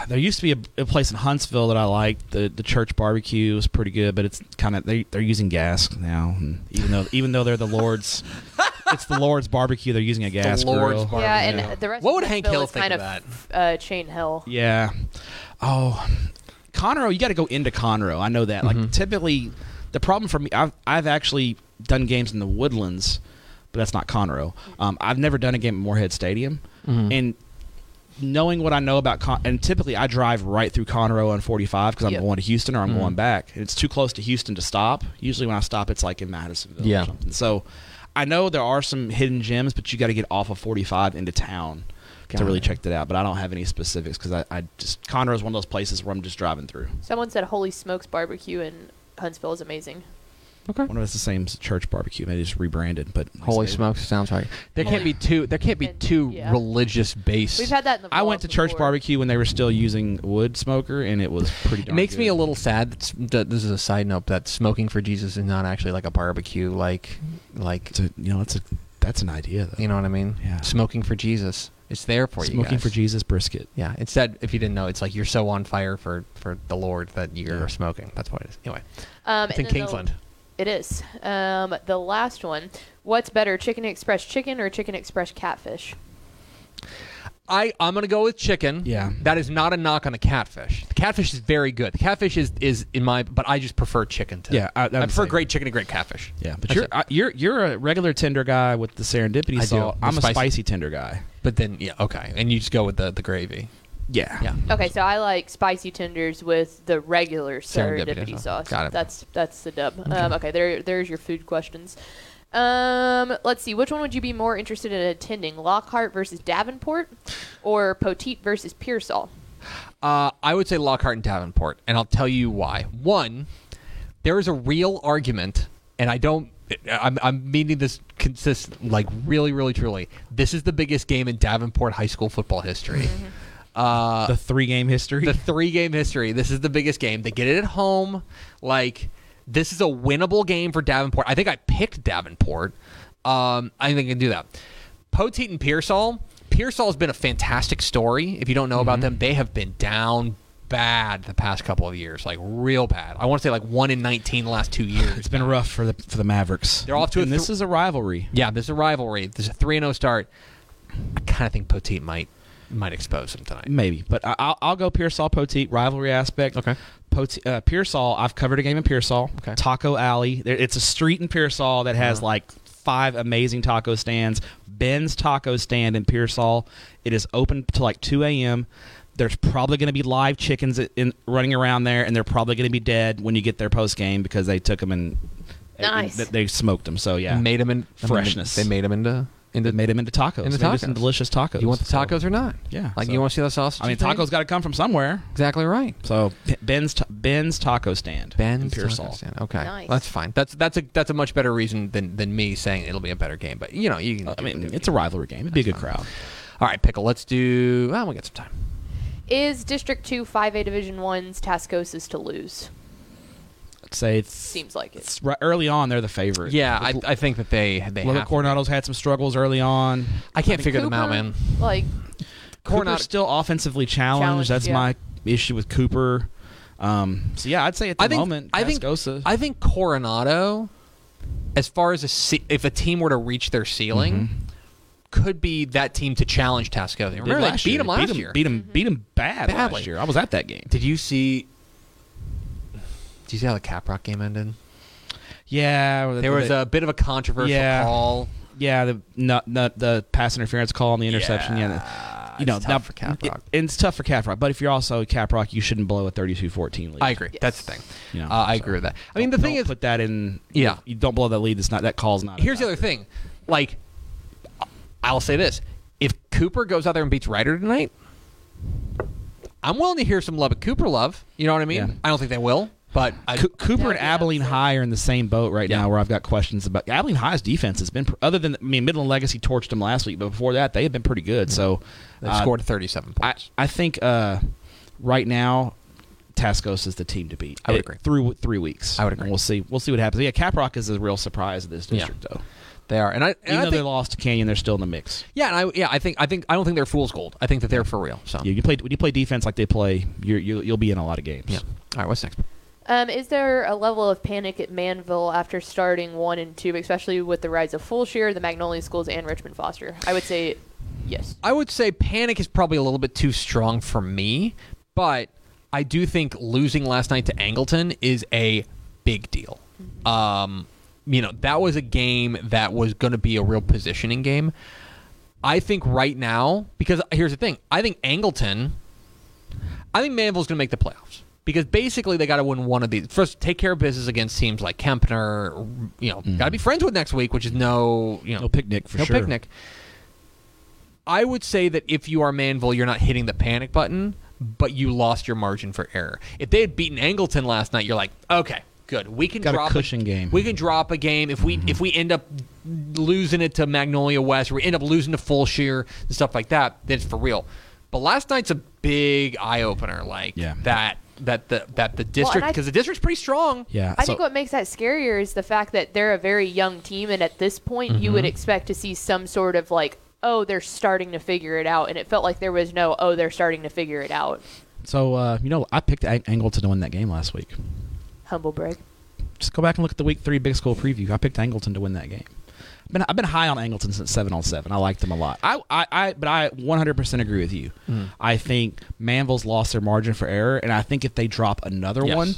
D: There used to be a, a place in Huntsville that I liked. The the church barbecue was pretty good, but it's kind of they they're using gas now. And even though even though they're the Lord's, it's the Lord's barbecue. They're using a gas
C: Lord's
D: grill.
C: bar-
E: yeah,
C: Yeah.
E: and the rest.
C: What would
E: of
C: Hank
E: Huntsville
C: Hill
E: is
C: think
E: kind
C: of
E: of uh, chain hell.
D: yeah. Oh, Conroe, you got to go into Conroe. I know that. Like typically, the problem for me, I've I've actually done games in the Woodlands, but that's not Conroe. Um, I've never done a game at Moorhead Stadium, and knowing what I know about Con, and typically I drive right through Conroe on 45 because I'm
E: Yep.
D: going to Houston or I'm going back. And it's too close to Houston to stop. Usually when I stop, it's like in Madisonville
C: Yeah.
D: or something. So I know there are some hidden gems, but you got to get off of 45 into town
C: Got
D: to really
C: it.
D: check that out. But I don't have any specifics because I, I just Conroe is one of those places where I'm just driving through.
E: Someone said Holy Smokes Barbecue in Huntsville is amazing.
D: One of it's the same as church barbecue. Maybe it's rebranded, but
C: Holy smokes, sounds right. There can't be two. There can't be
E: And-
C: two
E: yeah.
C: religious based.
E: We've had that in the.
D: I went
E: vlog
D: to church
E: before.
D: barbecue when they were still using wood smoker, and it was pretty.
C: It
D: Darn
C: makes me
D: good.
C: a little sad. That, s- that this is a side note that smoking for Jesus is not actually like a barbecue. Like, like
D: It's a- you know, that's a that's an idea though.
C: you know what I mean?
D: Yeah.
C: Smoking for Jesus. It's there for you.
D: Smoking
C: guys.
D: for Jesus brisket.
C: Yeah. Instead, if you didn't know, it's like you're so on fire for for the Lord that you're smoking. That's what it is. Anyway,
E: Um,
C: it's in
E: and then the-
C: Kingsland.
E: It is. Um, the last one. What's better, Chicken Express chicken or Chicken Express catfish?
C: I I'm gonna go with chicken.
D: Yeah.
C: That is not a knock on the catfish. The catfish is very good. The catfish is is in my, but I just prefer chicken to.
D: Yeah, I- I would
C: prefer
D: say-
C: great chicken to great catfish.
D: Yeah, but
C: That's
D: you're
C: it.
D: I, you're you're a regular tender guy with the serendipity
C: I do.
D: salt.
C: The
D: I'm
C: spicy-
D: a spicy tender guy.
C: But then yeah, okay, and you just go with the the gravy.
D: Yeah.
C: Yeah.
E: Okay, so I like spicy tenders with the regular
C: Serendipity
E: serendipity
C: sauce.
E: sauce.
C: Got it.
E: That's that's the dub. Um, okay, there there's your food questions. Um, let's see. Which one would you be more interested in attending? Lockhart versus Davenport, or Poteet versus Pearsall?
C: Uh, I would say Lockhart and Davenport, and I'll tell you why. One, there is a real argument, and I don't. I'm, I'm meaning this consist like really, really, truly. This is the biggest game in Davenport high school football history.
D: the three game history.
C: The three game history. This is the biggest game. They get it at home. Like this is a winnable game for Davenport. I think I picked Davenport. Um, I think I can do that. Poteet and Pearsall. Pearsall's been a fantastic story. If you don't know about them, they have been down bad the past couple of years, like real bad. I want to say like one in nineteen the last two years.
D: it's been rough for the for the Mavericks.
C: They're off to a
D: and this
C: thr-
D: is a rivalry.
C: yeah, there's a rivalry. There's a three and zero start. I kind of think Poteet might might expose them tonight.
D: Maybe, but I- I'll, I'll go Pearsall Poteet rivalry aspect.
C: Okay.
D: Pote- uh, Pearsall. I've covered a game in Pearsall.
C: Okay.
D: Taco Alley. There, it's a street in Pearsall that has like five amazing taco stands. Ben's Taco Stand in Pearsall. It is open to like 2 a.m. There's probably going to be live chickens in, in- running around there, and they're probably going to be dead when you get their post game because they took them and
E: Nice.
D: they, they smoked them. So yeah,
C: Made them in
D: Freshness.
C: They made them into into
D: They made them into tacos.
C: Into
D: They made some
C: tacos.
D: delicious tacos.
C: You want the
D: So-
C: tacos or not?
D: Yeah,
C: Like
D: so-
C: you want to see the sausage?
D: I mean,
C: thing?
D: tacos got to come from somewhere.
C: Exactly right.
D: So P- Ben's ta- Ben's Taco Stand. in
C: Ben's
D: Pearsall.
C: taco stand. Okay,
E: Nice.
C: that's fine. That's that's a that's a much better reason than than me saying it'll be a better game. But you know, you can.
D: Uh, I mean, it's a rivalry game. It'd be a good crowd.
C: all right, pickle. Let's do. Well, we got some time.
E: Is District Two 5A Division One's Tascosa's to lose?
D: I'd say it's,
E: Seems like it.
D: it's right early on they're the favorite.
C: Yeah, I, I think that they they
D: Look,
C: have.
D: Coronado's had some struggles early on.
C: I can't figure them out,
E: Cooper,
C: man.
E: Like,
C: Coronado-
D: Cooper's still offensively challenged.
E: Challenged,
D: That's
E: yeah.
D: my issue with Cooper. Um, so yeah, I'd say at the
C: I think
D: moment,
C: I think
D: Tascosa-
C: I think Coronado, as far as a ce- if a team were to reach their ceiling, could be that team to challenge Tascosa.
D: Mm-hmm. did
C: Remember they
D: last
C: beat
D: year.
C: him last
D: beat him,
C: year.
D: Beat him, beat him bad
C: Badly.
D: last year. I was at that game.
C: Did you see? Did you see how the Caprock game ended?
D: Yeah,
C: There was a bit of a controversial
D: Yeah.
C: call.
D: yeah the not, not the pass interference call on the interception. Yeah, the- you know
C: it's tough
D: now,
C: for Caprock.
D: it- and it's tough for Caprock. But if you're also Caprock, you shouldn't blow a 32-14 lead.
C: I agree. That's the thing.
D: You know,
C: uh, I
D: so-
C: agree with that. I mean, the
D: Don't-
C: thing
D: don't
C: is,
D: put that in.
C: Yeah.
D: you don't blow that lead. That's not that call's not. a
C: here's the other
D: factor.
C: thing. Like, I'll say this: if Cooper goes out there and beats Ryder tonight, I'm willing to hear some love at Cooper love. You know what I mean?
D: Yeah.
C: I don't think they will, but I,
D: Co- Cooper and Abilene High are in the same boat right
C: Yeah.
D: now, where I've got questions about Abilene High's defense has been pr- other than I mean Midland Legacy torched them last week, but before that they have been pretty good. So
C: they
D: uh,
C: scored 37
D: I
C: points.
D: I think uh, right now. Tascos is the team to beat.
C: I would
D: uh,
C: agree.
D: Through three weeks,
C: I would
D: And
C: agree.
D: we'll see. We'll see what happens. Yeah, Caprock is a real surprise of this
C: Yeah.
D: district, though.
C: they are, and I, and
D: Even
C: I
D: though
C: think-
D: they lost to Canyon, they're still in the mix.
C: yeah, and I, yeah, I think, I think, I don't think they're fool's gold. I think that they're for real. So,
D: You, you play when you play defense like they play, you're, you you'll be in a lot of games.
C: yeah. All right, what's next?
E: um, is there a level of panic at Manville after starting one and two, especially with the rise of Fulshire, the Magnolia Schools, and Richmond Foster? I would say yes.
C: I would say panic is probably a little bit too strong for me, but I do think losing last night to Angleton is a big deal. Um, you know, that was a game that was going to be a real positioning game. I think right now, because here's the thing, I think Angleton, I think Manville's going to make the playoffs because basically they got to win one of these. First, take care of business against teams like Kempner. You know, got to be friends with next week, which is no, you know,
D: Mm-hmm. No picnic for
C: no
D: sure.
C: picnic. I would say that if you are Manville, you're not hitting the panic button, but you lost your margin for error. If they had beaten Angleton last night, you're like, okay, good. We can
D: Got a
C: drop
D: cushion game. Mm-hmm.
C: We can drop a game if we if we end up losing it to Magnolia West, or we end up losing to Full Shear and stuff like that. Then it's for real. But last night's a big eye opener, like
D: Yeah.
C: that that the that the district
E: I-
C: because the district's pretty strong.
D: Yeah,
E: I
D: Uh, so-
E: think what makes that scarier is the fact that they're a very young team, and at this point, you
D: Mm-hmm.
E: would expect to see some sort of like, oh, they're starting to figure it out. And it felt like there was no, oh, they're starting to figure it out.
D: So uh, you know, I picked Ang- Angleton to win that game last week.
E: Humble brag.
D: Just go back and look at the week three big school preview. I picked Angleton to win that game. I've been, I've been high on Angleton since seven on seven. I like them a lot. I, I, I but I 100% agree with you.
C: Mm-hmm.
D: I think Manville's lost their margin for error, and I think if they drop another
C: Yes.
D: one,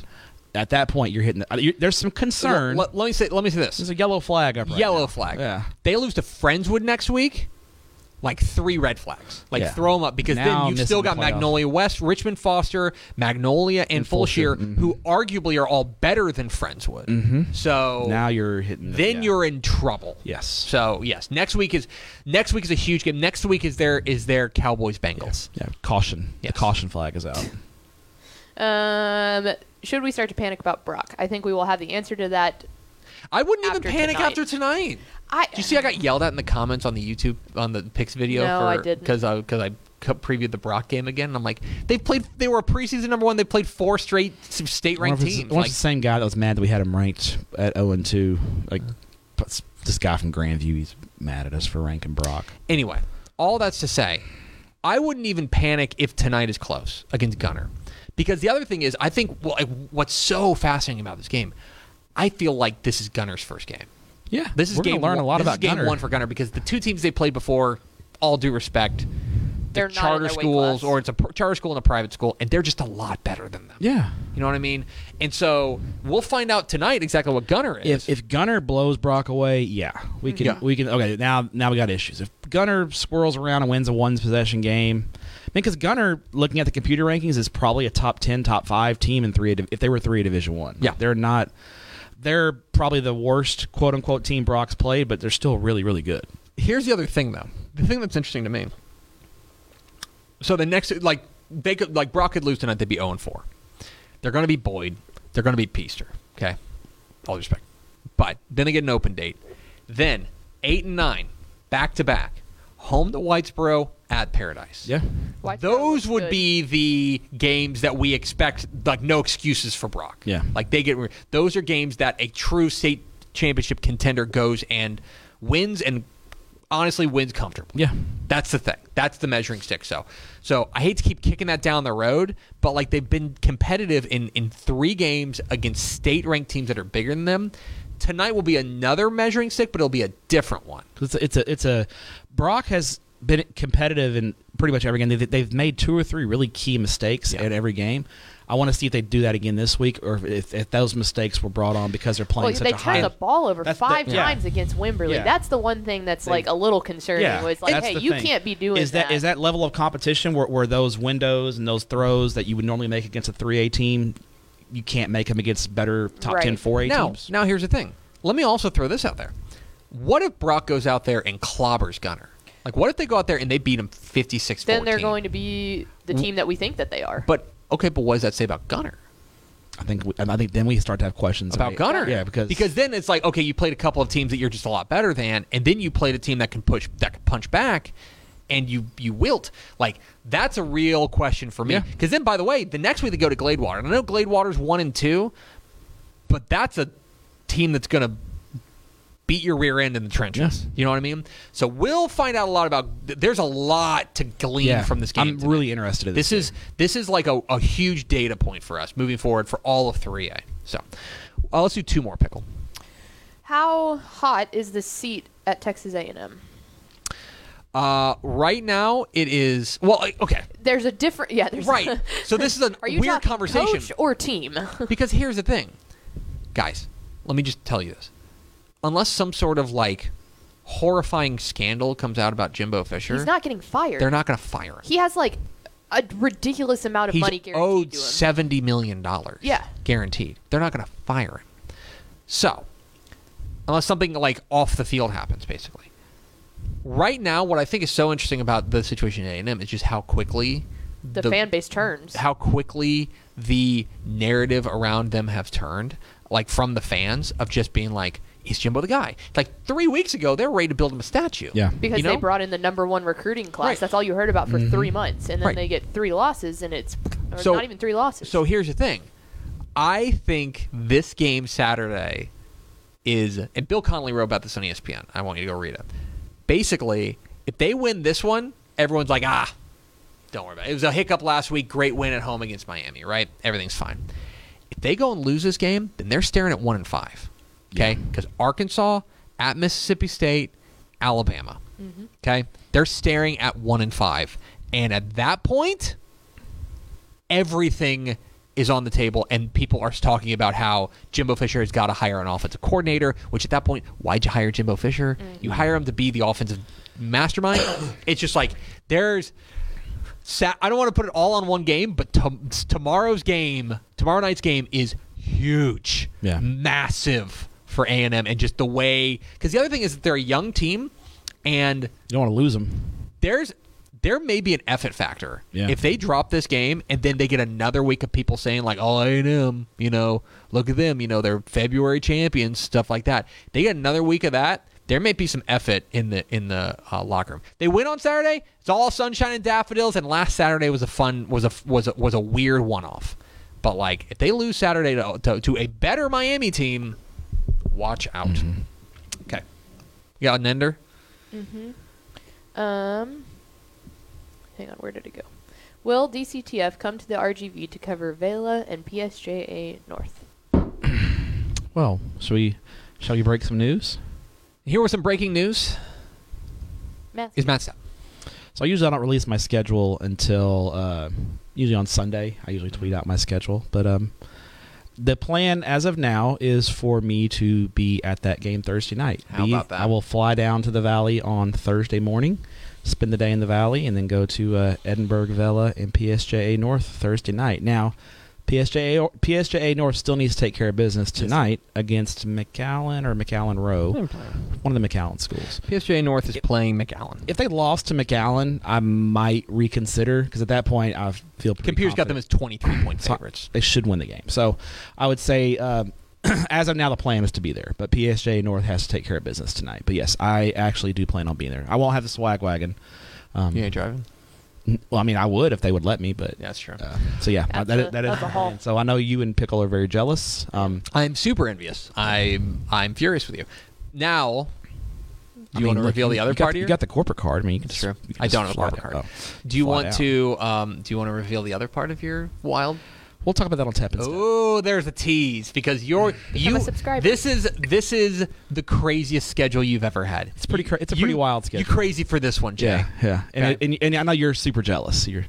D: at that point you're hitting. The, uh, you there's some concern.
C: Let, let me say let me say this.
D: there's a yellow flag up. Right
C: yellow
D: now.
C: flag.
D: Yeah.
C: They lose to Friendswood next week. Like three red flags. Like
D: Yeah.
C: throw them up because
D: Now
C: then you've
D: missing
C: still
D: the
C: got
D: playoff.
C: Magnolia West, Richmond Foster, Magnolia, and, Full Shear,
D: Fulshear,
C: who arguably are all better than Friendswood. Mm-hmm. So
D: Now you're hitting. the-
C: then
D: yeah.
C: you're in trouble.
D: Yes.
C: So yes, next week is next week is a huge game. Next week is their is their Cowboys Bengals.
D: Yeah. Caution.
C: Yes.
D: The caution flag is out.
E: Um, should we start to panic about Brock? I think we will have the answer to that.
C: I wouldn't
E: After
C: even panic
E: tonight.
C: after tonight.
E: I
C: Did you see I got yelled at in the comments on the YouTube on the picks video
E: No,
C: for
E: I didn't.
C: cuz I cuz I cu- previewed the Brock game again and I'm like they played they were a preseason number 1 they played four straight s- state
D: I wonder
C: ranked
D: if it's- I
C: teams
D: wonder if
C: like
D: it's the same guy that was mad that we had him ranked at 0 and 2. Like, that's- this guy from Grandview, he's mad at us for ranking Brock.
C: anyway all that's to say I wouldn't even panic if tonight is close against Gunner because the other thing is I think well, I- what's so fascinating about this game I feel like this is Gunner's first game
D: Yeah,
C: this is
D: we're gonna
C: game
D: learn
C: one,
D: a lot
C: this is
D: about
C: game
D: Gunner.
C: one for Gunner because the two teams they played before all due respect
E: They're not in
C: charter
E: their weight
C: schools
E: class.
C: or it's a pr- charter school and a private school and they're just a lot better than them
D: Yeah.
C: you know what i mean and so we'll find out tonight exactly what gunner is
D: If if Gunner blows Brock away, yeah, we can
C: Yeah.
D: we can okay now now we got issues. If Gunner swirls around and wins a one possession game, I mean because Gunner looking at the computer rankings is probably a top ten, top five team in three if they were three Division one.
C: Yeah.
D: they're not. They're probably the worst quote unquote team Brock's played, but they're still really really good.
C: here's the other thing though the thing that's interesting to me so the next like they could like brock could lose tonight they'd be 0 and 4 they're going to be boyd they're going to be peaster okay all due respect but then they get an open date then 8 and 9 back to back home to whitesboro at paradise
D: Yeah.
E: Whitesboro
C: Those
E: looks
C: would
E: good.
C: be the games that we expect, like no excuses for Brock.
D: Yeah.
C: like they get. re- Those are games that a true state championship contender goes and wins, and honestly wins comfortably.
D: Yeah.
C: that's the thing. That's the measuring stick. So, so I hate to keep kicking that down the road, but like they've been competitive in in three games against state ranked teams that are bigger than them. Tonight will be another measuring stick, but it'll be a different one.
D: It's a, it's a it's a Brock has been competitive in pretty much every game. They've, they've made two or three really key mistakes
C: Yeah.
D: at every game. I want to see if they do that again this week, or if, if those mistakes were brought on because they're playing
E: Well,
D: such
E: they
D: a high.
E: turned the ball over
D: That's the-
E: five
D: yeah.
E: times against Wimberley.
D: Yeah.
E: That's the one thing that's like a little concerning. Was like,
D: that's
E: hey,
D: the
E: you
D: thing.
E: can't be doing
D: is Is that level of competition where, where those windows and those throws that you would normally make against a three A team, you can't make them against better top
E: Right.
D: 10 4 A
C: now,
D: teams?
C: Now, here's the thing. Let me also throw this out there. What if Brock goes out there and clobbers Gunner? Like, what if they go out there and they beat him 56
E: Then they're going to be the team that we think that they are.
C: But, okay, but what does that say about Gunner?
D: I think we, I think then we start to have questions
C: About Gunner?
D: Yeah, because
C: because then it's like, okay, you played a couple of teams that you're just a lot better than, and then you played a team that can push, that can punch back, and you you wilt. Like, that's a real question for me.
D: Yeah.
C: Because then, by the way, the next week they go to Gladewater. And I know Gladewater's one and two, but that's a team that's going to beat your rear end in the trenches.
D: Yes.
C: You know what I mean? So we'll find out a lot about. th- There's a lot to glean
D: yeah,
C: from this game.
D: I'm
C: today.
D: really interested in
C: This is this is like a, a huge data point for us moving forward for all of 3A. So uh, let's do two more pickle.
E: How hot is the seat at Texas A&M?
C: Uh, right now it is well uh, okay
E: There's a different. Yeah, there's
C: right. So this is a
E: are you
C: weird
E: talking
C: conversation
E: coach or team?
C: because here's the thing, guys. Let me just tell you this: unless some sort of like horrifying scandal comes out about Jimbo Fisher,
E: He's not getting fired.
C: they're not going to fire him.
E: He has like a ridiculous amount of
C: He's
E: money guaranteed
C: owed
E: to him.
C: seventy million dollars.
E: Yeah.
C: guaranteed. They're not going to fire him. So, unless something like off the field happens, basically. Right now, what I think is so interesting about the situation at A and M is just how quickly
E: the, fan base turns.
C: how quickly the narrative around them have turned, like from the fans of just being like, "Is Jimbo the guy?" Like three weeks ago, they were ready to build him a statue.
D: Yeah.
E: because
C: you know?
E: they brought in the number one recruiting class.
C: Right. Mm-hmm.
E: That's all you heard about for three months, and then
C: Right.
E: they get three losses, and it's or
C: So-
E: not even three losses.
C: So here's the thing. I think this game Saturday is, and Bill Connolly wrote about this on E ESPN. I want you to go read it. Basically, if they win this one, everyone's like, ah, don't worry about it. It was a hiccup last week. Great win at home against Miami, right? Everything's fine. If they go and lose this game, then they're staring at one and five. Okay, because Arkansas at Mississippi State, Alabama. Okay, they're staring at one and five, and at that point, everything is on the table, and people are talking about how Jimbo Fisher has got to hire an offensive coordinator. Which at that point, why'd you hire Jimbo Fisher? You hire him to be the offensive mastermind. it's just like there's. Sa- I don't want to put it all on one game, but tom tomorrow's game, tomorrow night's game is huge,
D: Yeah.
C: massive for A and M, and just the way. Because the other thing is that they're a young team, and
D: you don't want to lose them.
C: there's there may be an effort factor
D: Yeah.
C: if they drop this game and then they get another week of people saying like oh a&m you know look at them you know they're february champions stuff like that they get another week of that there may be some effort in the in the uh, locker room they win on saturday it's all sunshine and daffodils and last saturday was a fun was a was a, was a weird one-off but like if they lose saturday to, to, to a better miami team watch out okay you got an ender
E: um, hang on, where did it go? Will DCTF come to the RGV to cover Vela and PSJA North?
D: Well, shall we? Shall we break some news?
C: here was some breaking news
E: Matt,
C: is matt Stapp.
D: So usually I don't release my schedule until uh, usually on Sunday. I usually tweet out my schedule, but um, the plan as of now is for me to be at that game Thursday night.
C: How
D: Be-
C: about that?
D: I will fly down to the Valley on Thursday morning, spend the day in the Valley, and then go to uh, Edinburgh Vela and PSJA North Thursday night. Now. PSJA, or- PSJA North still needs to take care of business tonight against McAllen or McAllen Row, one of the McAllen schools
C: PSJ North is playing McAllen.
D: if they lost to McAllen, I might reconsider because at that point I feel pretty
C: Computers got them as
D: confident.
C: 23 point
D: So-
C: favorites.
D: They should win the game. So I would say, um, as of now, the plan is to be there. But PSJ North has to take care of business tonight. But yes, I actually do plan on being there. I won't have the swag wagon. Um,
C: driving?
D: Well, I mean, I would if they would let me, but
C: Yeah, that's true.
D: Uh, so yeah,
E: That's
D: that
E: a-
D: is- that is
E: that's a haul.
D: So I know you and Pickle are very jealous. Um,
C: I'm super envious. I'm I'm furious with you. Now, do you
D: I mean,
C: want to
D: look,
C: reveal the
D: you
C: other
D: got
C: part
D: the-
C: here?
D: You got the corporate card. I mean, you can just,
C: Sure.
D: you can
C: I don't have
D: just
C: a corporate
D: fly
C: card.
D: down- oh,
C: do you
D: fly
C: want
D: down.
C: to um, do you want to reveal the other part of your wild?
D: We'll talk about that on tap instead.
C: Oh, there's a tease because you're you.
E: a subscriber.
C: This is this is the craziest schedule you've ever had. It's
D: pretty cra- it's a pretty wild
C: You
D: schedule.
C: crazy for this one, Jay?
D: Yeah, yeah. And,
C: Okay.
D: I- and and I know you're super jealous. You're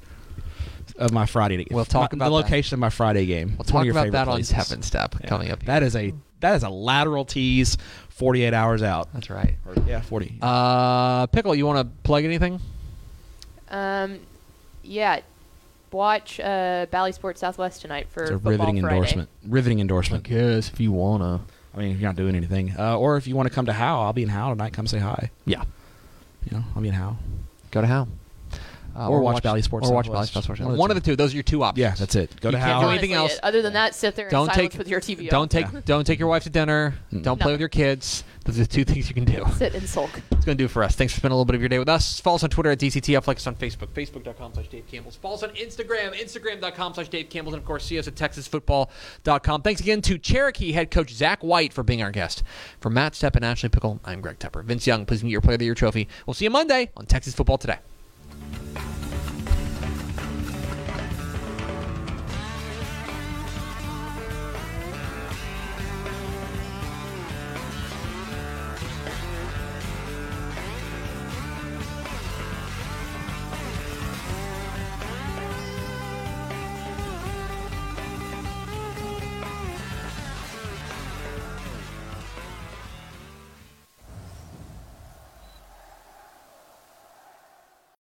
D: of my Friday. game.
C: We'll talk
D: my,
C: about
D: the
C: that.
D: location of my Friday game.
C: We'll
D: It's
C: talk
D: one of your
C: about
D: favorite
C: that on
D: places.
C: Seven Step
D: Yeah.
C: coming up.
D: That is a that is a lateral tease. Forty eight hours out.
C: That's right.
D: Or, yeah, forty.
C: Uh, pickle, you want to plug anything?
E: Um, yeah, watch uh, Bally Sports Southwest tonight for
D: it's a
E: Football
D: riveting
E: Friday.
D: endorsement. Riveting endorsement.
C: guess if you wanna.
D: I mean, you're not doing anything. Uh, or if you want to come to Howe, I'll be in Howe tonight. Come say hi.
C: Yeah.
D: You know, I'll be in Howe.
C: Go to how. Uh,
D: Or watch Bally Sports
C: Or watch Bally
D: Southwest.
C: Sports. Southwest.
D: One of
C: One,
D: the
C: of the two. Those are your two options.
D: Yeah, that's it. Go
C: You
D: to
C: can't
D: Howe.
C: do
E: Honestly,
C: Oh, anything else.
E: it- Other than that, sit there and
C: Don't
E: silence
C: take
E: with your TV. on.
C: Don't take
D: Yeah.
C: don't take your wife to dinner.
D: Hmm.
C: Don't play
E: No.
C: with your kids. Those are the two things you can do.
E: sit and sulk.
C: That's going to do it for us. Thanks for spending a little bit of your day with us. Follow us on Twitter at DCTF. Like us on Facebook, facebook.com slash Dave Campbell's. Follow us on Instagram, instagram.com slash Dave Campbell's. And, of course, see us at texasfootball.com. Thanks again to Cherokee head coach Zach White for being our guest. For Matt Stepp and Ashley Pickle, I'm Greg Tepper. Vince Young, please meet your Player of the Year trophy. We'll see you Monday on Texas Football Today.